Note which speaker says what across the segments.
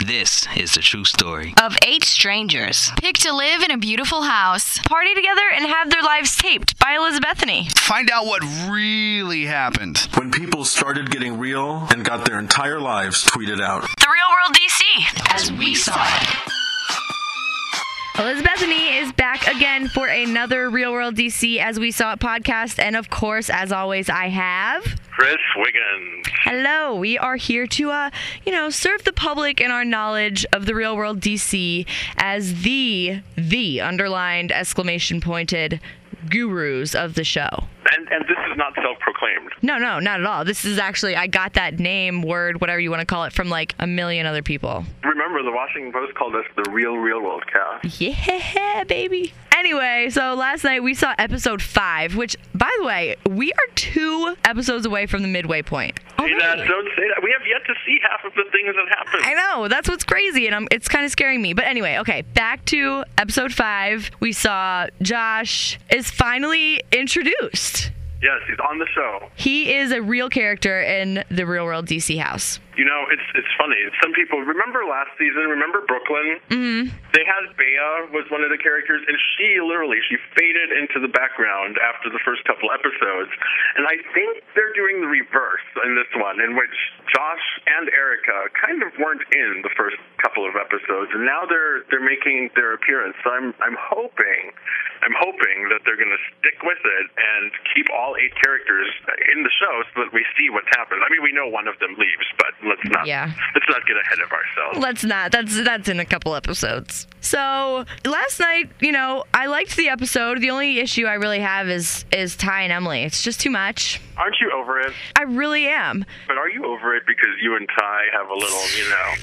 Speaker 1: This is the true story.
Speaker 2: of eight strangers picked to live in a beautiful house.
Speaker 3: Party together and have their lives taped by Elizabethany.
Speaker 4: Find out what really happened.
Speaker 5: When people started getting real and got their entire lives tweeted out.
Speaker 3: The Real World DC.
Speaker 2: As we saw it.
Speaker 3: Elizabethany is back again for another Real World DC as we saw it podcast. And of course, as always, I have.
Speaker 6: Chris Wiggins.
Speaker 3: Hello, we are here to, uh, you know, serve the public and our knowledge of the real world DC as the, the underlined exclamation pointed gurus of the show.
Speaker 6: And, and this is not self proclaimed.
Speaker 3: No, no, not at all. This is actually, I got that name, word, whatever you want to call it, from like a million other people.
Speaker 6: Remember, the Washington Post called us the real, real world cast.
Speaker 3: Yeah, baby. Anyway, so last night we saw episode five, which, by the way, we are two episodes away from the midway point.
Speaker 6: Say that,
Speaker 3: Already.
Speaker 6: don't say that. We have yet to see half of the things that happened.
Speaker 3: I know. That's what's crazy, and I'm, it's kind of scaring me. But anyway, okay, back to episode five. We saw Josh is finally introduced.
Speaker 6: Yes, he's on the show.
Speaker 3: He is a real character in the real world DC house.
Speaker 6: You know, it's it's funny. Some people remember last season. Remember Brooklyn? Mm-hmm. They had Bea was one of the characters, and she literally she faded into the background after the first couple episodes. And I think they're doing the reverse in this one, in which Josh and Erica kind of weren't in the first couple of episodes, and now they're they're making their appearance. So I'm I'm hoping, I'm hoping that they're going to stick with it and keep all eight characters in the show so that we see what's happened. I mean, we know one of them leaves, but let's not
Speaker 3: Yeah.
Speaker 6: let's not get ahead of ourselves.
Speaker 3: Let's not. That's that's in a couple episodes. So last night, you know, I liked the episode. The only issue I really have is is Ty and Emily. It's just too much.
Speaker 6: Aren't you over it?
Speaker 3: I really am.
Speaker 6: But are you over it because you and Ty have a little, you know,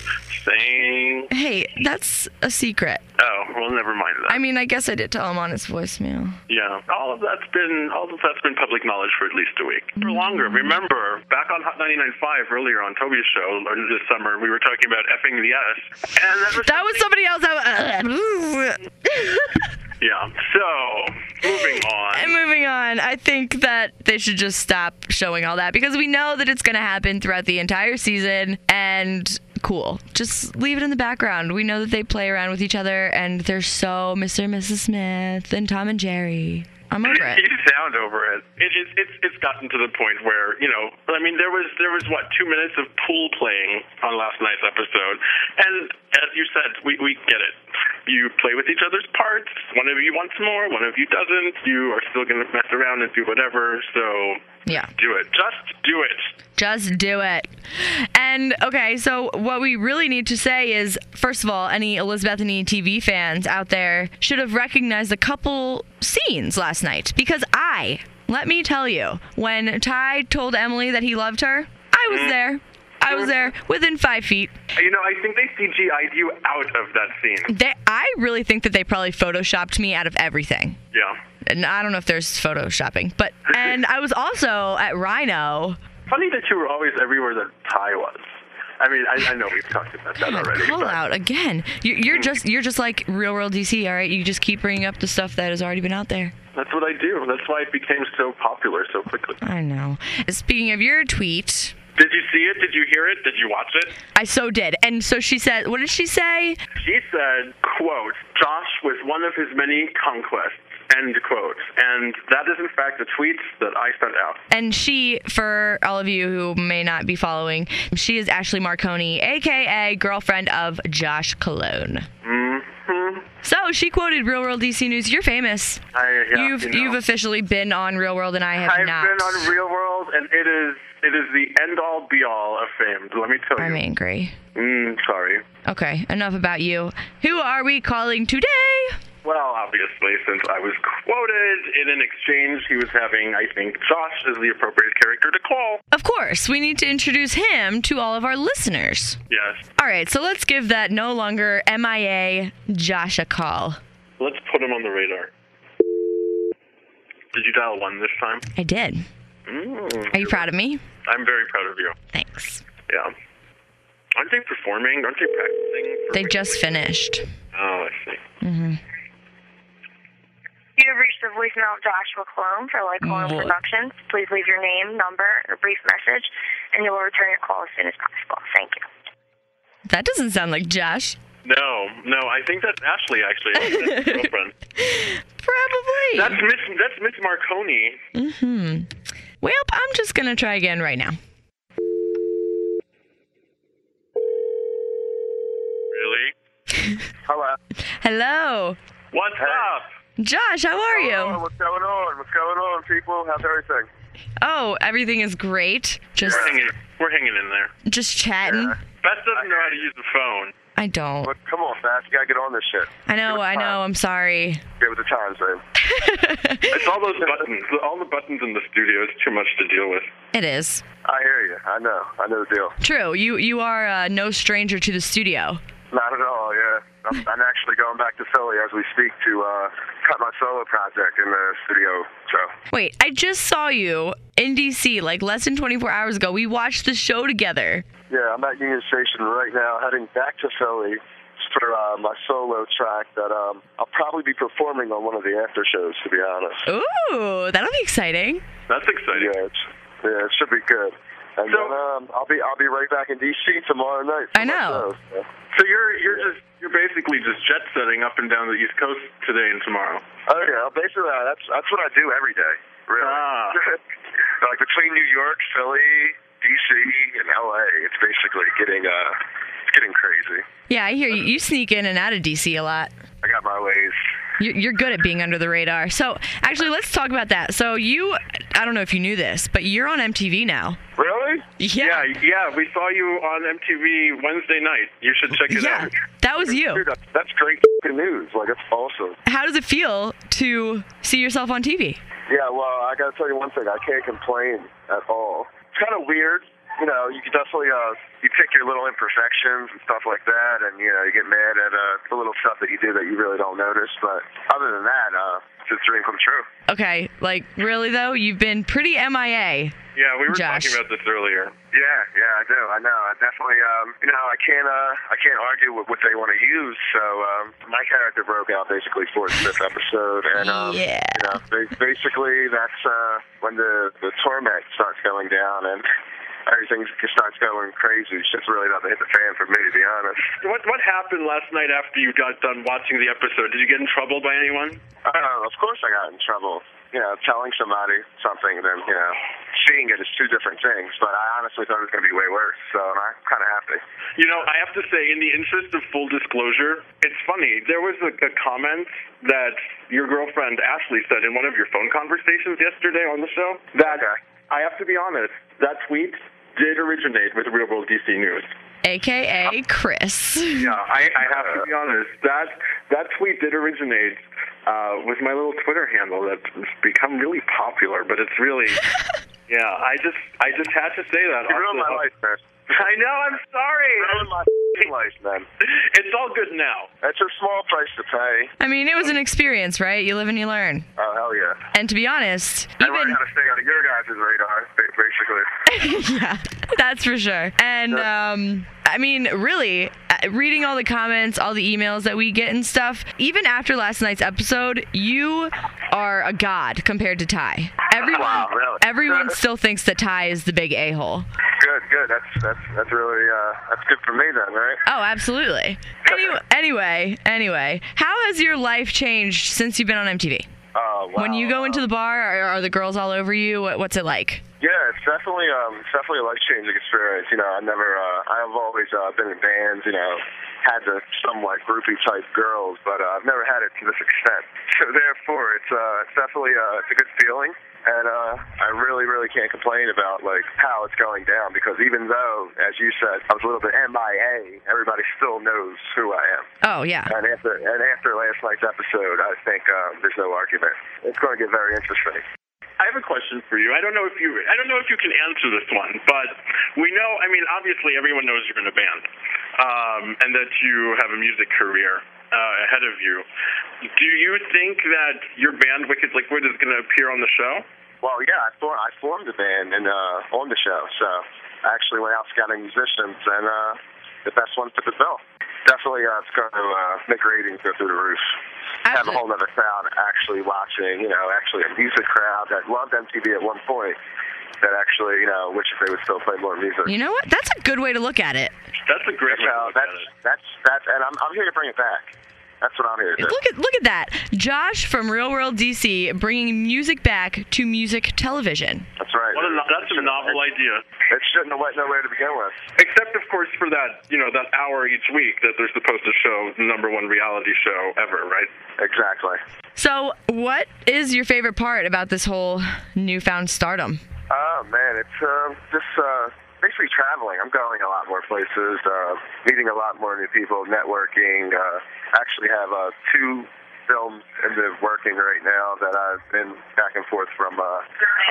Speaker 6: thing?
Speaker 3: Hey, that's a secret.
Speaker 6: Oh, well, never mind that.
Speaker 3: I mean, I guess I did tell him on his voicemail.
Speaker 6: yeah, all of that's been all of that's been public knowledge for at least a week or longer.
Speaker 3: Mm-hmm.
Speaker 6: Remember, back on Hot 99.5 earlier on Toby's show uh, this summer, we were talking about effing the S, and that was
Speaker 3: That was somebody else. I-
Speaker 6: yeah. So moving on.
Speaker 3: And moving on, I think that they should just stop showing all that because we know that it's going to happen throughout the entire season. And cool, just leave it in the background. We know that they play around with each other, and they're so Mr. and Mrs. Smith and Tom and Jerry. I'm over it.
Speaker 6: You sound over it. It is. It's. It's gotten to the point where you know. I mean, there was there was what two minutes of pool playing on last night's episode, and as you said, we we get it. You play with each other's parts. One of you wants more. One of you doesn't. You are still going to mess around and do whatever. So
Speaker 3: Yeah.
Speaker 6: do it. Just do it.
Speaker 3: Just do it. And okay, so what we really need to say is first of all, any Elizabethany TV fans out there should have recognized a couple scenes last night because I, let me tell you, when Ty told Emily that he loved her, I was there. I was there within five feet.
Speaker 6: You know, I think they CGI'd you out of that scene.
Speaker 3: They, I really think that they probably photoshopped me out of everything.
Speaker 6: Yeah.
Speaker 3: And I don't know if there's photoshopping, but and I was also at Rhino.
Speaker 6: Funny that you were always everywhere that Ty was. I mean, I, I know we've talked about that
Speaker 3: God,
Speaker 6: already.
Speaker 3: call
Speaker 6: but-
Speaker 3: out again. You,
Speaker 6: Mm.
Speaker 3: you're just you're just like real world DC. All right, you just keep bringing up the stuff that has already been out there.
Speaker 6: That's what I do. That's why it became so popular so quickly.
Speaker 3: I know. Speaking of your tweet,
Speaker 6: Did you see it? Did you hear it? Did you watch it?
Speaker 3: I so did. And so she said, what did she say?
Speaker 6: She said, quote, Josh was one of his many conquests, end quote. And that is, in fact, a tweet that I sent out.
Speaker 3: And she, for all of you who may not be following, she is Ashley Marconi, aka girlfriend of Josh Cologne.
Speaker 6: Mm-hmm.
Speaker 3: So she quoted Real World DC News. You're famous.
Speaker 6: I, yeah,
Speaker 3: you've
Speaker 6: you know.
Speaker 3: have officially been on Real World, and I have
Speaker 6: I've
Speaker 3: not.
Speaker 6: been on Real World, and it is it is the end all be all of fame. Let me tell
Speaker 3: I'm
Speaker 6: you.
Speaker 3: angry.
Speaker 6: mm, sorry.
Speaker 3: Okay, enough about you. Who are we calling today?
Speaker 6: Well, obviously, since I was quoted in an exchange he was having, I think Josh is the appropriate character to call.
Speaker 3: Of course, we need to introduce him to all of our listeners.
Speaker 6: Yes.
Speaker 3: All right, so let's give that no longer MIA Josh a call.
Speaker 6: Let's put him on the radar. Did you dial one this time?
Speaker 3: I did.
Speaker 6: Mm.
Speaker 3: Are you proud of me?
Speaker 6: I'm very proud of you.
Speaker 3: Thanks.
Speaker 6: Yeah. Aren't they performing? Aren't they practicing? for-
Speaker 3: They just finished.
Speaker 6: Oh, I see.
Speaker 7: You have reached the voicemail of Joshua Cologne for Like Cologne
Speaker 3: What?
Speaker 7: Productions. Please leave your name, number, and a brief message, and you will return your call as soon as possible. Thank you.
Speaker 3: That doesn't sound like Josh.
Speaker 6: No, no, I think that's Ashley actually. I think That's his girlfriend.
Speaker 3: Probably.
Speaker 6: That's Miss. That's Miss Marconi.
Speaker 3: well, I'm just gonna try again right now.
Speaker 6: Really?
Speaker 8: Hello.
Speaker 3: Hello,
Speaker 6: What's up?
Speaker 3: Josh. How are
Speaker 8: Hello,
Speaker 3: you?
Speaker 8: what's going on? What's going on, people? How's everything?
Speaker 3: Oh, everything is great. Just,
Speaker 6: We're hanging. We're hanging in there.
Speaker 3: just chatting.
Speaker 6: Beth doesn't know how to use the phone.
Speaker 3: I don't.
Speaker 8: What, come on, Fast. You gotta get on this shit.
Speaker 3: I know. I know. I'm sorry.
Speaker 8: Get with the times, man.
Speaker 6: It's all those buttons. All the buttons in the studio is too much to deal with.
Speaker 3: It is
Speaker 8: I hear you. I know. I know the deal.
Speaker 3: true. You you are uh, no stranger to the studio.
Speaker 8: Not at all. Yeah. I'm, I'm actually going back to Philly as we speak to uh, cut my solo project in the studio. So
Speaker 3: Wait, I just saw you in DC like less than 24 hours ago. We watched the show together.
Speaker 8: yeah, I'm at Union Station right now, heading back to Philly for uh, my solo track that um, I'll probably be performing on one of the after shows. To be honest.
Speaker 3: Ooh, that'll be exciting.
Speaker 6: That's exciting.
Speaker 8: Yeah, it's, yeah, it should be good. And
Speaker 6: So-
Speaker 8: then um, I'll be I'll be right back in DC tomorrow night.
Speaker 3: I know.
Speaker 8: Myself.
Speaker 6: So you're you're just you're basically just jet setting up and down the East Coast today and tomorrow.
Speaker 8: Oh yeah, well, basically uh, that's that's what I do every day. Really,
Speaker 6: Ah.
Speaker 8: like between New York, Philly, DC, and LA, it's basically getting uh, it's getting crazy.
Speaker 3: Yeah, I hear you. You sneak in and out of DC a lot.
Speaker 8: I got my ways.
Speaker 3: You're, you're good at being under the radar. So, actually, let's talk about that. So, you, I don't know if you knew this, but you're on MTV now.
Speaker 8: Really?
Speaker 3: Yeah.
Speaker 6: yeah, yeah, We saw you on MTV Wednesday night. You should check it
Speaker 3: Yeah.
Speaker 6: out.
Speaker 3: That was you.
Speaker 8: Dude, that's, that's great f***ing news. Like that's awesome.
Speaker 3: How does it feel to see yourself on TV?
Speaker 8: Yeah, well, I gotta tell you one thing. I can't complain at all. It's kind of weird, you know. You can definitely uh, you pick your little imperfections and stuff like that, and you know you get mad at uh, the little stuff that you do that you really don't notice. But other than that, uh, it's a dream come true.
Speaker 3: Okay, like, really, though? You've been pretty MIA.
Speaker 6: Yeah, we were
Speaker 3: Josh.
Speaker 6: talking about this earlier.
Speaker 8: Yeah, yeah, I do. I know. I definitely, um, you know, I can't, uh, I can't argue with what they want to use. So um, my character broke out basically for this episode, and um,
Speaker 3: Yeah.
Speaker 8: you know, ba- basically that's uh, when the the torment starts going down and everything just starts going crazy. Shit's really about to hit the fan for me, to be honest.
Speaker 6: What what happened last night after you got done watching the episode? Did you get in trouble by anyone?
Speaker 8: Uh, of course, I got in trouble. You know, telling somebody something, then you know, seeing it is two different things. But I honestly thought it was going to be way worse, so I'm kind of happy.
Speaker 6: You know, I have to say, in the interest of full disclosure, it's funny. There was a, a comment that your girlfriend Ashley said in one of your phone conversations yesterday on the show. That
Speaker 8: Okay.
Speaker 6: I have to be honest, that tweet did originate with Real World DC News.
Speaker 3: AKA Chris.
Speaker 6: Yeah, I, I have to be honest. That that tweet did originate uh, with my little Twitter handle that's become really popular, but it's really. Yeah, I just I just had to say that.
Speaker 8: You ruined my life, man.
Speaker 6: I know. I'm sorry.
Speaker 8: You ruined my f***ing life, man.
Speaker 6: It's all good now.
Speaker 8: That's a small price to pay.
Speaker 3: I mean, it was an experience, right? You live and you learn.
Speaker 8: Oh hell yeah!
Speaker 3: And to be honest,
Speaker 8: I learned
Speaker 3: even
Speaker 8: how to stay out of your guys' radar, ba- basically.
Speaker 3: yeah, that's for sure. And um, I mean, really, uh, reading all the comments, all the emails that we get and stuff, even after last night's episode, you are a god compared to Ty. Everyone,
Speaker 8: Wow, really?
Speaker 3: everyone still thinks that Ty is the big a hole.
Speaker 8: Good, good. That's that's that's really uh, that's good for me then, right?
Speaker 3: Oh, absolutely. Any- anyway, anyway, how has your life changed since you've been on MTV?
Speaker 8: Oh wow.
Speaker 3: When you go into the bar, are, are the girls all over you? What, what's it like?
Speaker 8: Yeah, it's definitely um, it's definitely a life changing experience. You know, I never, uh, I've always uh, been in bands. You know, had the somewhat groupie type girls, but uh, I've never had it to this extent. So therefore, it's uh, it's definitely uh, it's a good feeling, and uh, I really, really can't complain about like how it's going down because even though, as you said, I was a little bit MIA, everybody still knows who I am.
Speaker 3: Oh, yeah.
Speaker 8: And after and after last night's episode, I think um, there's no argument. It's going to get very interesting.
Speaker 6: I have a question for you. I don't know if you I don't know if you can answer this one, but we know. I mean, obviously, everyone knows you're in a band, um, and that you have a music career uh, ahead of you. Do you think that your band Wicked Liquid is going to appear on the show?
Speaker 8: Well, yeah, I, form, I formed a band and uh, on the show, so I actually went out scouting musicians, and uh, the best one fit the bill. Definitely, uh, it's going to uh, make ratings go through the roof. Have a
Speaker 3: Absolutely.
Speaker 8: whole other crowd actually watching, you know, actually a music crowd that loved MTV at one point. that actually, you know, wish if they would still play more music.
Speaker 3: You know what? That's a good way to look at it.
Speaker 6: That's a great
Speaker 8: That's how.
Speaker 6: way to look at
Speaker 8: That's
Speaker 6: it.
Speaker 8: that's that's. And I'm I'm here to bring it back. That's what I'm here to do.
Speaker 3: Look at look at that. Josh from Real World DC bringing music back to music television.
Speaker 8: That's right.
Speaker 6: What a, no- that's a novel idea.
Speaker 8: It shouldn't have went nowhere to begin with.
Speaker 6: Except, of course, for that, you know, that hour each week that they're supposed to show the number one reality show ever, right?
Speaker 8: Exactly.
Speaker 3: So, what is your favorite part about this whole newfound stardom?
Speaker 8: Oh man, it's uh, just uh, basically traveling. I'm going a lot more places, uh, meeting a lot more new people, networking. Uh, I actually have uh, two films in the working right now that I've been back and forth from uh,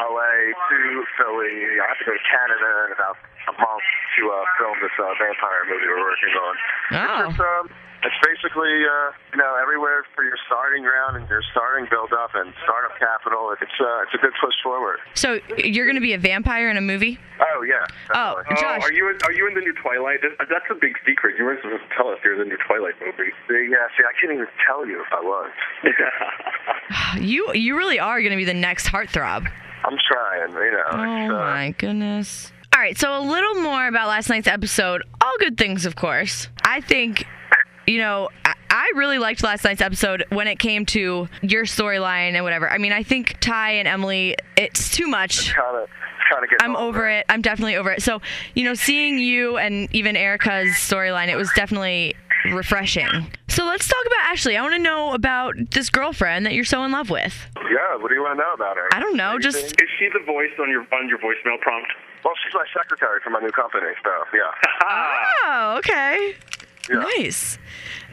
Speaker 8: LA to Philly. I have to go to Canada in about a month to uh, film this uh, vampire movie we're working on.
Speaker 3: Oh.
Speaker 8: It's just, um, it's basically uh, you know everywhere for your starting ground and your starting build up and startup capital. It's uh, it's a good push forward.
Speaker 3: So, you're going to be a vampire in a movie?
Speaker 8: Oh yeah.
Speaker 3: Oh,
Speaker 8: definitely.
Speaker 3: Josh.
Speaker 6: Oh, are you in, are you in the new Twilight? That- That's a big secret. You weren't supposed to tell us you're in the new Twilight movie.
Speaker 8: Oh, See, yeah. See, I couldn't even tell you if I was.
Speaker 3: You you really are going to be the next heartthrob.
Speaker 8: I'm trying. You know.
Speaker 3: Oh
Speaker 8: it's, uh,
Speaker 3: my goodness. All right, so a little more about last night's episode. All good things, of course. I think, you know, I, I really liked last night's episode when it came to your storyline and whatever. I mean, I think Ty and Emily, it's too much.
Speaker 8: Kind of. Kind of getting.
Speaker 3: I'm over it. I'm definitely over it. So, you know, seeing you and even Erica's storyline, it was definitely refreshing. So let's talk about Ashley. I want to know about this girlfriend that you're so in love with.
Speaker 8: Yeah. What do you want to know about her?
Speaker 3: I don't know,
Speaker 8: Anything?
Speaker 3: just-
Speaker 6: Is she the voice on your on your voicemail prompt?
Speaker 8: Well, she's my secretary for my new company, so yeah.
Speaker 6: Ah,
Speaker 3: Oh, okay.
Speaker 8: Yeah.
Speaker 3: Nice.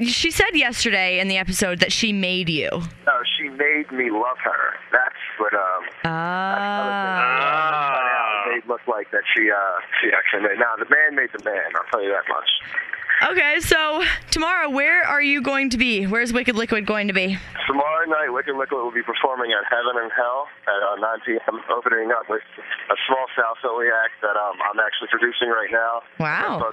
Speaker 3: She said yesterday in the episode that she made you.
Speaker 8: No, she made me love her. That's what. Um.
Speaker 3: Ah.
Speaker 6: Ah.
Speaker 8: Made look like that she uh she actually made. Now the man made the man. I'll tell you that much.
Speaker 3: okay, so tomorrow, where are you going to be? Where's Wicked Liquid going to be?
Speaker 8: Tomorrow night, Wicked Liquid will be performing at Heaven and Hell at uh, 9 p.m., opening up with a small South Philly act that um, I'm actually producing right now.
Speaker 3: Wow.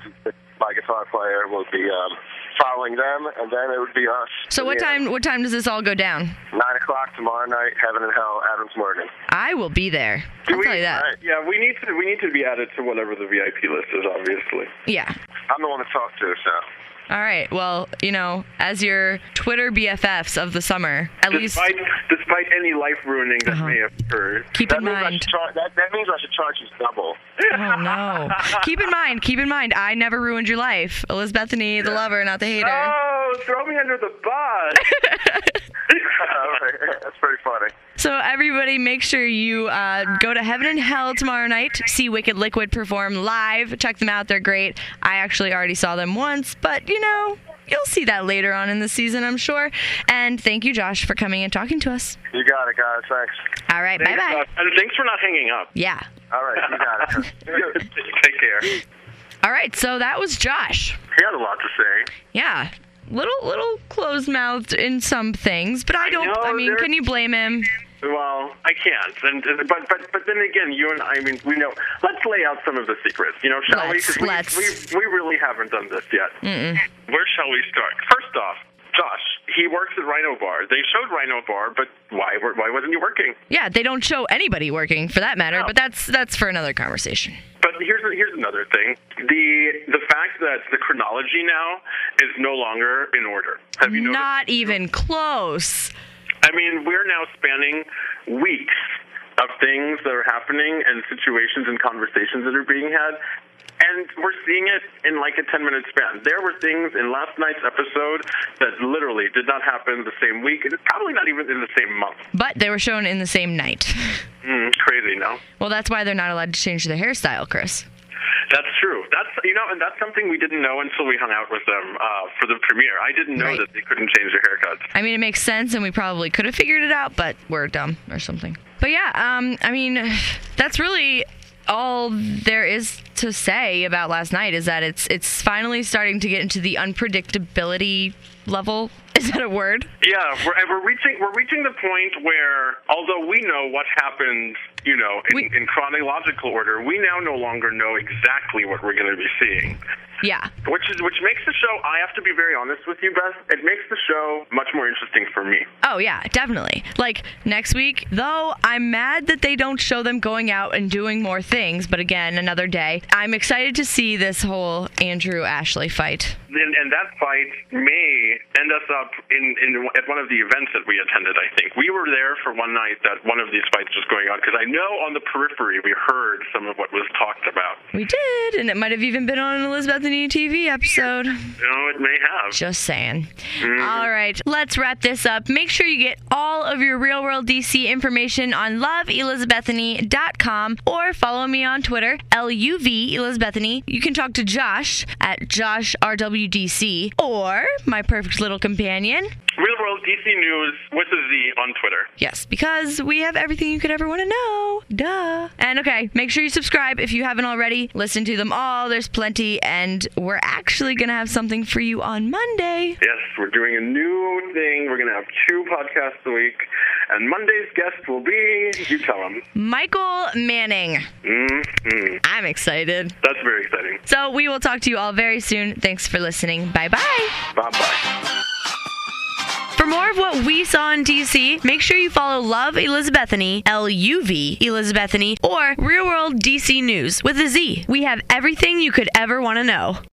Speaker 8: My guitar player will be um, following them, and then it would be us.
Speaker 3: So what
Speaker 8: Yeah.
Speaker 3: time? What time does this all go down?
Speaker 8: 9 o'clock tomorrow night, Heaven and Hell, Adams Morgan.
Speaker 3: I will be there.
Speaker 6: Do
Speaker 3: I'll
Speaker 6: we-
Speaker 3: tell you that.
Speaker 8: All right.
Speaker 6: Yeah, we need to we need to be added to whatever the VIP list is, obviously.
Speaker 3: Yeah.
Speaker 8: I'm the one to talk to, so.
Speaker 3: All right. Well, you know, as your Twitter BFFs of the summer, at least
Speaker 6: Despite despite any life ruining that
Speaker 3: Uh-huh.
Speaker 6: may have occurred.
Speaker 3: keep
Speaker 8: That
Speaker 3: in
Speaker 8: means, I should
Speaker 3: mind.
Speaker 8: char- that, that means I should charge you double.
Speaker 3: Oh no. keep in mind. Keep in mind. I never ruined your life, Elizabethany, the lover, not the hater.
Speaker 6: Oh, throw me under the bus.
Speaker 8: All right. That's pretty funny.
Speaker 3: So everybody, make sure you uh, go to Heaven and Hell tomorrow night. See Wicked Liquid perform live. Check them out; they're great. I actually already saw them once, but you know, you'll see that later on in the season, I'm sure. And thank you, Josh, for coming and talking to us.
Speaker 8: You got it, guys. Thanks.
Speaker 3: All right, bye bye.
Speaker 6: Uh, And thanks for not hanging up.
Speaker 3: Yeah.
Speaker 8: All right. You got it.
Speaker 6: Take care.
Speaker 3: All right. So that was Josh.
Speaker 8: He had a lot to say.
Speaker 3: Yeah. Little little closed mouthed in some things, but I don't.
Speaker 6: know,
Speaker 3: I, mean,
Speaker 6: there-
Speaker 3: can you blame him?
Speaker 6: Well, I can't, and and- but but but then again, you and I I mean we know. Let's lay out some of the secrets, you know, shall we?
Speaker 3: Let's,
Speaker 6: 'Cause
Speaker 3: let's.
Speaker 6: we, we we really haven't done this yet. Where shall we start? First off, Josh, he works at Rhino Bar. They showed Rhino Bar, but why were- why wasn't he working?
Speaker 3: Yeah, they don't show anybody working for that matter,
Speaker 6: No.
Speaker 3: but that's that's for another conversation.
Speaker 6: But here's here's another thing: the the fact that the chronology now is no longer in order. Have you noticed?
Speaker 3: Not even close.
Speaker 6: I mean, we're now spanning weeks of things that are happening and situations and conversations that are being had. And we're seeing it in like a 10 minute span. There were things in last night's episode that literally did not happen the same week. It's probably not even in the same month.
Speaker 3: But they were shown in the same night.
Speaker 6: Mm, crazy, no?
Speaker 3: Well, that's why they're not allowed to change their hairstyle, Chris.
Speaker 6: That's true. That's, you know, and that's something we didn't know until we hung out with them uh, for the premiere. I didn't know
Speaker 3: Right.
Speaker 6: that they couldn't change their haircuts.
Speaker 3: I mean, it makes sense, and we probably could have figured it out, but we're dumb or something. But yeah, um, I mean, that's really all there is to say about last night is that it's it's finally starting to get into the unpredictability level. Is that a word?
Speaker 6: Yeah, we're, and we're reaching we're reaching the point where, although we know what happened, you know, in,
Speaker 3: We-
Speaker 6: in chronological order, we now no longer know exactly what we're going to be seeing.
Speaker 3: Yeah.
Speaker 6: Which is which makes the show. I have to be very honest with you, Beth. It makes the show much more interesting for me.
Speaker 3: Oh yeah, definitely. Like next week, though, I'm mad that they don't show them going out and doing more things. But again, another day. I'm excited to see this whole Andrew Ashley fight.
Speaker 6: And, and that fight may end us up in, in at one of the events that we attended. I think we were there for one night that one of these fights was going on because I know on the periphery we heard some of what was talked about.
Speaker 3: We did, and it might have even been on an Elizabeth and TV episode.
Speaker 6: You know, it may have.
Speaker 3: Just saying. All right, let's wrap this up. Make sure you get all of your real world DC information on loveelizabethany.com or follow me on Twitter, LUV Elizabethany. You can talk to Josh at Josh RWDC or my perfect little companion.
Speaker 6: Real World DC News with a Z on Twitter.
Speaker 3: Yes, because we have everything you could ever want to know. Duh. And okay, make sure you subscribe if you haven't already. Listen to them all, there's plenty. And we're actually going to have something for you on Monday.
Speaker 6: Yes, we're doing a new thing. We're going to have two podcasts a week, and Monday's guest will be you tell him.
Speaker 3: Michael Manning.
Speaker 6: Mm-hmm.
Speaker 3: I'm excited.
Speaker 6: That's very exciting.
Speaker 3: So we will talk to you all very soon. Thanks for listening. Bye bye.
Speaker 6: Bye bye.
Speaker 3: For more of what we saw in DC, make sure you follow Love Elizabethany, L U V Elizabethany, or Real World DC News with a Z. We have everything you could ever want to know.